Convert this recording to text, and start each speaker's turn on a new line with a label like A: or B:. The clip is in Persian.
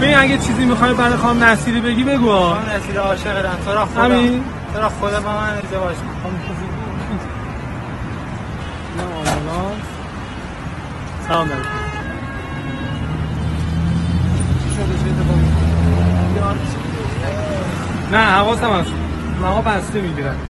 A: ببین اگه چیزی میخوای برای خام نصیری بگی بگو ها.
B: من رسید عاشقم تو را خدا
A: همین؟
B: تو را خدا با من ازدواج کن
A: سلام علیکم نه حواسم هست من بسته میگیرم